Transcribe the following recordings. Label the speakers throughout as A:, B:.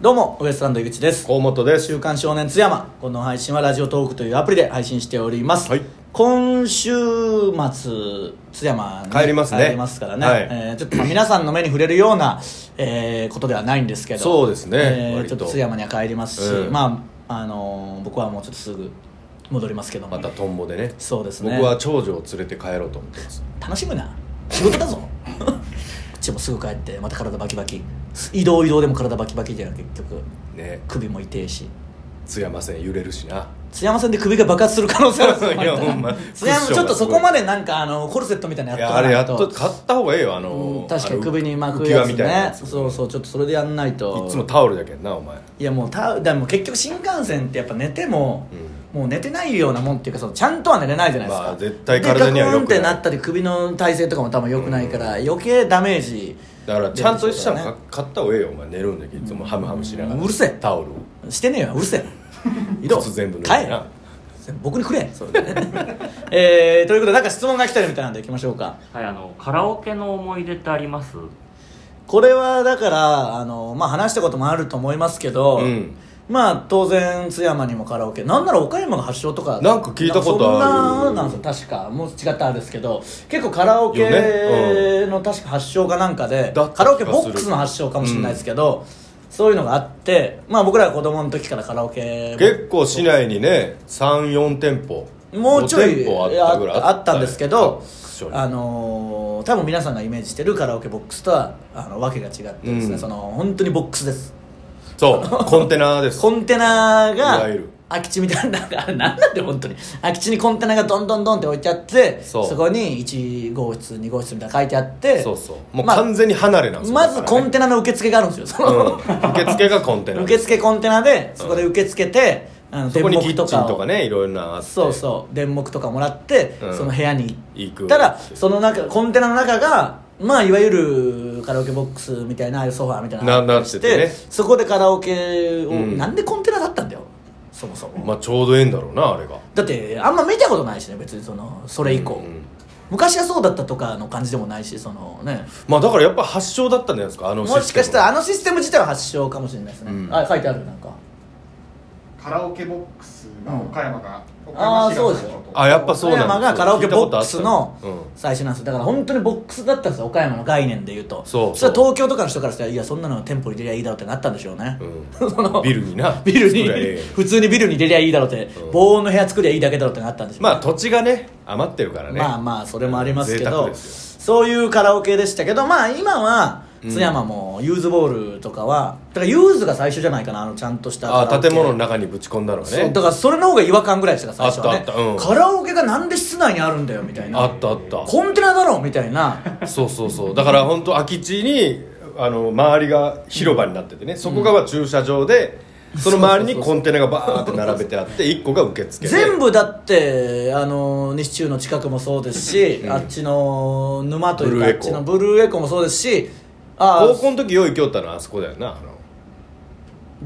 A: どうもウエストランド井口です
B: 河本です
A: 週刊少年津山この配信はラジオトークというアプリで配信しております、
B: はい
A: 今週末津山に
B: 帰りますね
A: 帰りますからね、
B: はい
A: えーちょっとまあ皆さんの目に触れるような、えーことではないんですけど
B: そうですね
A: えー
B: 割
A: ちょ
B: と
A: っと津山には帰りますし、
B: うん
A: まああのー僕はもうちょっとすぐ戻りますけども
B: またトンボでね
A: そうですね
B: 僕は長女を連れて帰ろうと思ってます
A: 楽しむな仕事だぞこっちもすぐ帰ってまた体バキバキ移動移動でも体バキバキじゃん結局
B: ね
A: 首も痛いし
B: 津山線揺れるしな
A: 津山さんで首が爆発する可能性あるぞ
B: いやほん ま
A: 津山
B: クッシ
A: ちょ
B: ョンがすごい
A: っとそこまでなんかあのコルセットみたいないのやっと
B: や
A: か
B: あ
A: な
B: れや
A: い
B: っと買った方がええよあの、
A: うん確かに
B: あの
A: 首に巻く
B: 浮き輪
A: やつ
B: みたいなや
A: ね
B: つ
A: そうそうちょっとそれでやんないと
B: いつもタオルだけどなお前
A: いやもうたでも結局新幹線ってやっぱ寝ても、もう寝てないようなもんっていうかそのちゃんとは寝れないじゃないですか、
B: まあ絶対体には
A: でガ
B: 良くない
A: クンってなったり首の体勢とかも多分良くないから、余計ダメージ
B: だからちゃんとしたの
A: 出てき
B: か
A: て
B: 買った方がええよお前寝るんだけどいつもハムハムしながら
A: うるせえ
B: タオルを
A: るしてねえようる せえ移動
B: 靴全部脱い
A: 帰
B: で
A: れ
B: な
A: 僕にくれそれ、 えー、ということでなんか質問が来てるみたいなんでいきましょうか
C: はい、あのカラオケの思い出ってあります
A: これはだからあの、まあ、話したこともあると思いますけど、
B: うん
A: まあ当然津山にもカラオケなんなら岡山が発祥とか
B: なんか聞いたことある
A: なんかそんななんですよ確かもう違ったあれですけど結構カラオケ
B: よね
A: の確か発祥かなんかで、
B: だった気がする
A: カラオケボックスの発祥かもしれないですけど、そういうのがあって、まあ、僕らが子供の時からカラオケ
B: 結構市内にね34店舗
A: もうちょ
B: 5
A: い
B: 店舗あったぐらい
A: ああったんですけど
B: 各所、に
A: あのー多分皆さんがイメージしてるカラオケボックスとはあのわけが違ってですね、
B: うん
A: その本当にボックスです
B: そうコンテナです
A: コンテナ
B: い
A: が
B: わゆる
A: 空き地みたいななんかあれなんなんで本当に空き地にコンテナがどんどんどんって置いてあって
B: そ
A: そうこに1号室2号室みたいなの書いてあって
B: そうそうもう
A: まあ
B: 完全に離れなんですよ、
A: まずコン
B: テ
A: テナの受付があるんですよそ
B: ナ、
A: の、
B: うん、受付がコンテナ
A: 受付コンテナでそこで受け付けて、あの
B: そ
A: 電
B: こにキ
A: 木
B: ッチ
A: と
B: ン
A: かを
B: とかねいろいろなあって
A: そうそう電木とかもらって、
B: うん
A: その部屋に
B: 行
A: 行
B: く
A: ったらその中コンテナの中がまあいわゆるカラオケボックスみたいなああいうソファーみたいなのがあったり
B: ななっててね
A: そこでカラオケを、
B: うん
A: なんでコンテナだったんだよそもそも、
B: まあちょうどええんだろうなあれが
A: だってあんま見たことないしね別にそのそれ以降、
B: うんうん
A: 昔はそうだったとかの感じでもないしそのね
B: まあだからやっぱ発祥だったんじゃないですかあのシステム
A: もしかしたらあのシステム自体は発祥かもしれないですね、
B: うん
A: あ書いてあるなんか
D: カラオケボックスが岡山が、岡
A: あ
D: 山
A: あ
D: 市
A: そうで
D: が
A: し
D: 最初
A: ょ
D: と
B: あやっぱそうなんだ
A: 岡山がカラオケボックスの
B: 聞いたことあったうん
A: 最初なんですよだから本当にボックスだったんですよ岡山の概念でいうと
B: そう
A: れは東京とかの人からしたらいやそんなの店舗に入れりゃいいだろうってなったんでしょうね、
B: うんビルにな
A: ビル
B: 作りゃ
A: に
B: ええ
A: 普通にビルに入れりゃいいだろうって、
B: うん
A: 防音の部屋作りゃいいだけだろうってなったんでしょうね
B: まあ土地がね余ってるからね
A: まあまあそれもありますけ
B: 贅沢
A: ど
B: です
A: そういうカラオケでしたけどまあ今は
B: うん
A: 津山もユーズボールとかはだからユーズが最初じゃないかなあのちゃんとしたカラオ
B: よあ
A: ケ
B: 建物の中にぶち込んだのが
A: そう
B: ね
A: だからそれの方が違和感ぐらいでしたから最初はね
B: あったあったうん
A: カラオケがなんで室内にあるんだよみたいな
B: あったあった
A: コンテナだろみたいな
B: そうそうそうだから本当空き地にあの周りが広場になっててねそこが駐車場でその周りにコンテナがバーって並べてあって1個が受付で
A: 全部だってあの西中の近くもそうですし、あっちの沼という
B: ブル
A: か
B: ー
A: あ
B: エ
A: っ
B: コ
A: ちのブルーエコもそうですしああ
B: 高校の時よう行きよったのはあそこだよなあの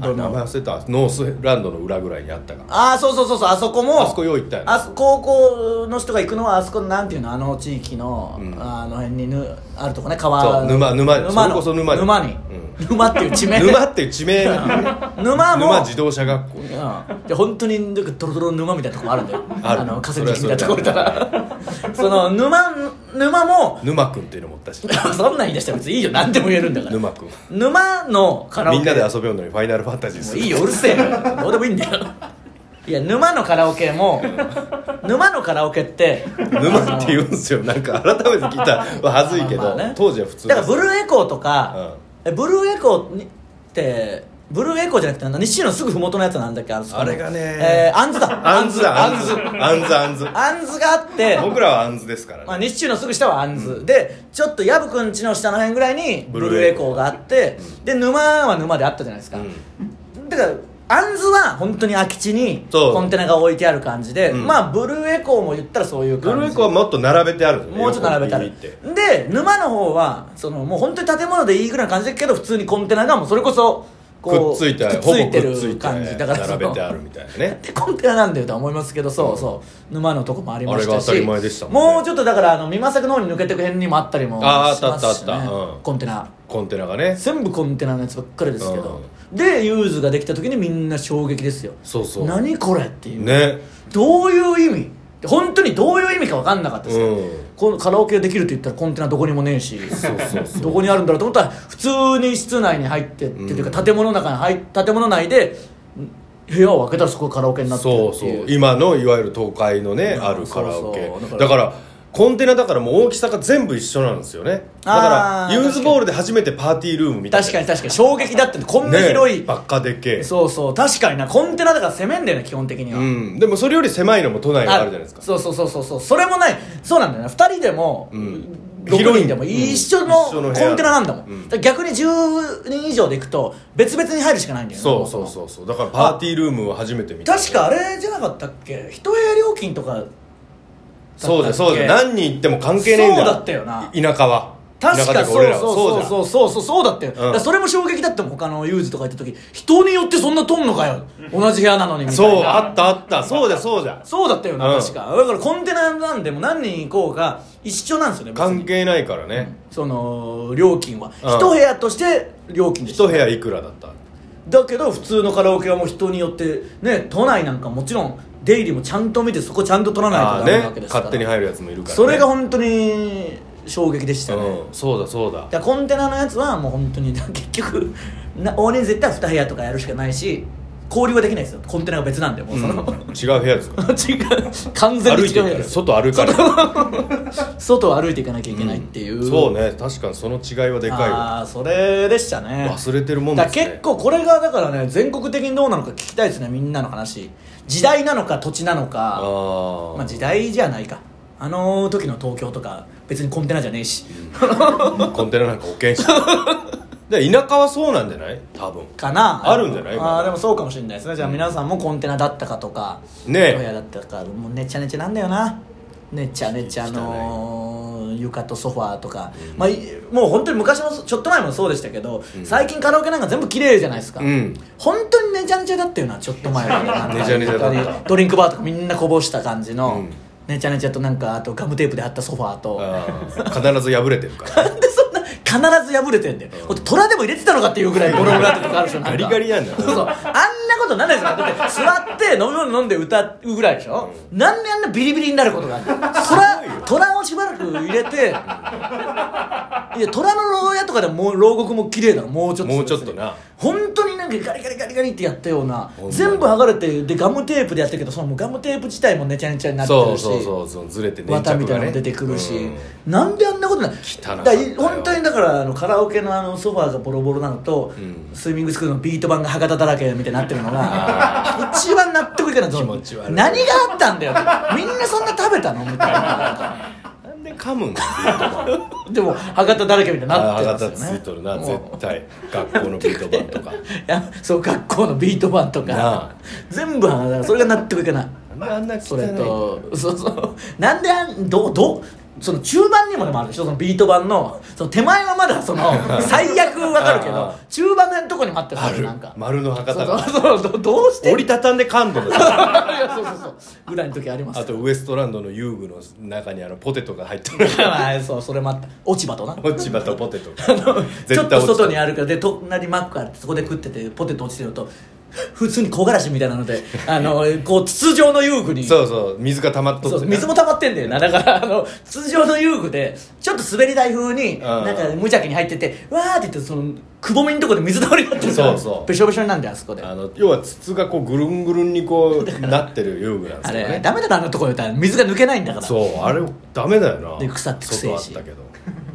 B: あ
A: ど
B: れ
A: んな
B: 名前忘れたノースランドの裏ぐらいにあったから
A: ああそうそうそうそうあそこも
B: あそこよう行ったよね
A: あそ高校の人が行くのはあそこのなんていうのあの地域の、
B: うん
A: あの辺にぬあるとこね川
B: そう沼沼に
A: 沼
B: それこそ沼に
A: 沼に、
B: う
A: 沼っていう地 名
B: 沼っていう地名なんだよ ね
A: 沼も
B: 沼自動車学校
A: うん、で本当になんかドロドロの沼みたいなとこもあるんだよ
B: ある
A: の河川敷みたいなとこみたいな その沼沼も
B: 沼くんっていうのもおったし
A: そんなん言い出したら別にいいよ何でも言えるんだから
B: 沼くん
A: 沼のカラオケ
B: みんなで遊びよんのにファイナルファンタジー
A: も
B: す
A: う
B: る
A: いいようるせえなどうでもいいんだよいや沼のカラオケも沼のカラオケって
B: 沼って言うんですよなんか改めて聞いたらはずいけど、
A: まあまあね
B: 当時は普通
A: だからブ
B: ル
A: ルーエコーとか、えブルーエコーにってブルーエコーじゃなくてなんだ西のすぐ麓のやつなんだっけあそこの
B: あれがね
A: えー、アンズだ
B: アンズだアンズアンズアンズ
A: アンズがあって
B: 僕らはアンズですからね、
A: まあ、西中のすぐ下はアンズ、でちょっと薮くんちの下の辺ぐらいにブ
B: ブ
A: ル
B: ル
A: ー
B: ー
A: エ
B: エ
A: コ
B: コ
A: ー
B: ー
A: があってで沼は沼であったじゃないですか、だからアンズは本当に空き地に
B: そう
A: コンテナが置いてある感じで、
B: うん
A: まあブルーエコーも言ったらそういう
B: ブ
A: 感じ
B: ルーエコはもっと並べてあるんですよね
A: もうちょっと並べたら
B: 横にビビって
A: で沼の方はそのもう本当に建物でいいぐらいの感じだけど普通にコンテナがもうそれこそ
B: く
A: こ
B: っ
A: う
B: ついて
A: くっついてる感じだからその
B: 並べてあるみたいなね
A: でコンテナなんだよとは思いますけどそうそう沼のとこもありましたし
B: あれが当たり前でしたもんね
A: もうちょっとだからあの美作の方に抜けてく辺にもあったりもし
B: あー
A: ますし、ね、
B: あったあったあったうん
A: コンテナ
B: コンテナがね
A: 全部コンテナのやつばっかりですけど、
B: うん
A: でユーズができた時にみんな衝撃ですよ
B: そうそう
A: 何これっていう、
B: ね
A: どういう意味本当にどういう意味か分かんなかったですよ、
B: うん
A: このカラオケできるって言ったらコンテナどこにもねえし
B: そうそうそう
A: どこにあるんだろうと思ったら普通に室内に入ってっていうか、建物の中に入っ建物内でん部屋を開けたらそこがカラオケになってる
B: そう
A: って
B: そ
A: いう
B: う今のいわゆる東海のね
A: うん
B: あるカラオケ
A: そうそう
B: だからコンテナだからもう大きさが全部一緒なんですよねだ
A: あー
B: からユーズボールで初めてパーティールームみたいな
A: 確かに確かに衝撃だってこんな
B: ね
A: 広い、
B: ばっかでっけえ
A: そうそう確かになコンテナだから攻めんだよね基本的には、
B: うんでもそれより狭いのも都内にあるじゃないですか
A: そうそうそうそうそうそれもないそうなんだよね2人でも、
B: ん
A: 6人でも
B: 広い
A: 一緒
B: うん一緒
A: のコ
B: の
A: ン
B: 部屋
A: テナなんだもん、
B: うん
A: だから逆に10人以上で行くと別々に入るしかないんだよね
B: そうそうそうそうだからパーティールームを初めて見た
A: 確かあれじゃなかったっけ一部屋料金とか
B: そうだそうだ
A: だったっけ
B: 何人行っても関係ねえんだよ
A: そうだったよな
B: 田舎は
A: 確
B: 田
A: か
B: 舎
A: そ
B: というか
A: そう
B: 俺らはそうじゃん
A: そうそうそうそうそうだったよ、
B: ん
A: だからそれも衝撃だったもん他のユーズとか行った時人によってそんなとんのかよ同じ部屋なのにみたいな
B: そうあったあったそうだそうじゃん
A: そうだったよな、
B: うん
A: 確かだからコンテナなんでも何人行こうが一緒なんですよね別に
B: 関係ないからね
A: その料金は、
B: うん
A: 一部屋として料金でした
B: 一部屋いくらだった
A: だけど普通のカラオケはもう人によってね都内なんかもちろん出入りもちゃんと見てそこちゃんと取らない
B: あ
A: と
B: あ
A: ダメ
B: ね
A: なわけですから
B: 勝手に入るやつもいるからね
A: それが本当に衝撃でしたね、
B: うんそうだそうだ
A: だからコンテナのやつはもう本当に 結局な大人数絶対2部屋とかやるしかないし交流はできないですよコンテナが別なんでもうその、
B: 違う部屋で すか
A: 違う完全
B: 歩
A: に
B: いて
A: 違
B: いうっ
A: 部屋
B: た
A: で
B: ら
A: す
B: 外歩いから
A: 外を歩いていかなきゃいけないっていう、
B: そうね確かにその違いはでかいわ
A: ああそれでしたね
B: 忘れてるもんですね
A: だから結構これがだからね全国的にどうなのか聞きたいですねみんなの話時代なのか土地なの
B: あ
A: か
B: ー
A: まあ時代じゃないかあの時の東京とか別にコンテナじゃねえし、
B: コンテナなんか保険してで田舎はそうなんじゃない多分
A: かな
B: あるんじゃない
A: ああでもそうかもしれないですねじゃあ皆さんもコンテナだったかとか
B: ねえ
A: 親だったかもうねちゃねちゃなんだよなねちゃねちゃの床とソファーとか、まあ、いもう本当に昔もそちょっと前もそうでしたけど、最近カラオケなんか全部綺麗じゃないですか、
B: うん
A: 本当にねちゃねちゃだったよなちょっと前 はなんか
B: ねちゃねちゃだった
A: 本当にドリンクバーとかみんなこぼした感じの、
B: うん
A: ねちゃねちゃとなんかあとガムテープで貼ったソファーと
B: あー必ず破れてるから
A: なんでそんな必ず破れてんだよ、ほんと虎でも入れてたのかっていうぐらいボロボロだったとかあるでしょなんか
B: ガリガリなんだよ
A: そうそうあんなことなんないですよだって座って飲み物飲んで歌うぐらいでしょ、なんであんなビリビリになることがあるの虎虎をしばらく入れていや虎の牢屋とかでももう牢獄も綺麗だろもうちょっと
B: もうちょっとな
A: 本当になんかガリガリガリガリってやったような
B: ほんまに
A: 全部剥がれてでガムテープでやってるけどそのもうガムテープ自体もネチャネチャになって
B: そ
A: る
B: う
A: し
B: そうそうそうずれて粘着が
A: 綿
B: ね
A: みたいなのも出てくるし、
B: うん
A: なんであんなことない
B: 汚かったよ
A: だから本当にだからあのカラオケのあのソファーがボロボロなのと、
B: うん
A: スイミングスクールのビート板が博多だらけみたいになってるのが一番納得いかない
B: 気持ち悪い
A: 何があったんだよみんなそんな食べたのみたいな
B: なんで噛むんだビート
A: でも博多だらけみたいに
B: 板
A: なって
B: あ
A: る
B: あ
A: んで
B: た
A: す
B: つ
A: よね
B: いとるな
A: もう
B: 絶対学校のビート板とか
A: いや そう学校のビート板と
B: な
A: か
B: あ
A: 全部あのそれが納得いかない
B: なんであんな汚い
A: それとそうそうなんであんどどその中盤にもでもあるでしょそのビート板のその手前はまだ その最悪わかるけど
B: あ
A: 中盤のとこにもあったり
B: あ
A: する
B: る
A: なんか
B: 丸の博
A: そ
B: 多
A: うそ
B: が
A: うそうどどうして
B: 折りたたんで感度
A: いや そうそうそうぐらいの時あります
B: あとウエストランドの遊具の中にあのポテトが入って る
A: まあ そうそれもあった落ち葉とな
B: 落ち葉とポテト
A: あのちょっと
B: 落ち
A: 外に
B: 葉
A: あるからで隣マックあってそこで食っててポテト落ちてると普通に木枯らしみたいなのであのこう筒状の遊具に
B: そうそう水が溜まっとって
A: そう水も溜まってんだよなだからあの通常の遊具でちょっと滑り台風に
B: ん
A: なんか無邪気に入っててわーって言ってそのくぼみのとこで水倒れになってるから
B: そうそう
A: べしょべしょになるんだよあそこであ
B: あの要は筒がこうぐるんぐるんに こうなってる遊具なんですよ
A: れ
B: ね
A: ダメだなあのとこで水が抜けないんだから
B: そうあれダメだよな
A: で腐ってくせえし
B: 外あった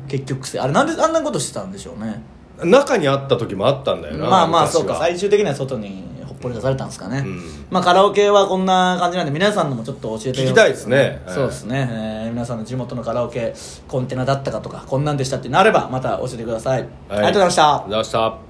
B: け
A: 結局くせあれなんであんなことしてたんでしょうね
B: ど中にあった時もあったんだよな
A: まあまあ
B: 昔は
A: そうか最終的には外にほっぽり出されたんですかね、
B: うん
A: まあカラオケはこんな感じなんで皆さんのもちょっと教えて
B: 聞きたいですね
A: そうですね、えー皆さんの地元のカラオケコンテナだったかとかこんなんでしたってなればまた教えてください、ありがとうございました
B: ありがとうございました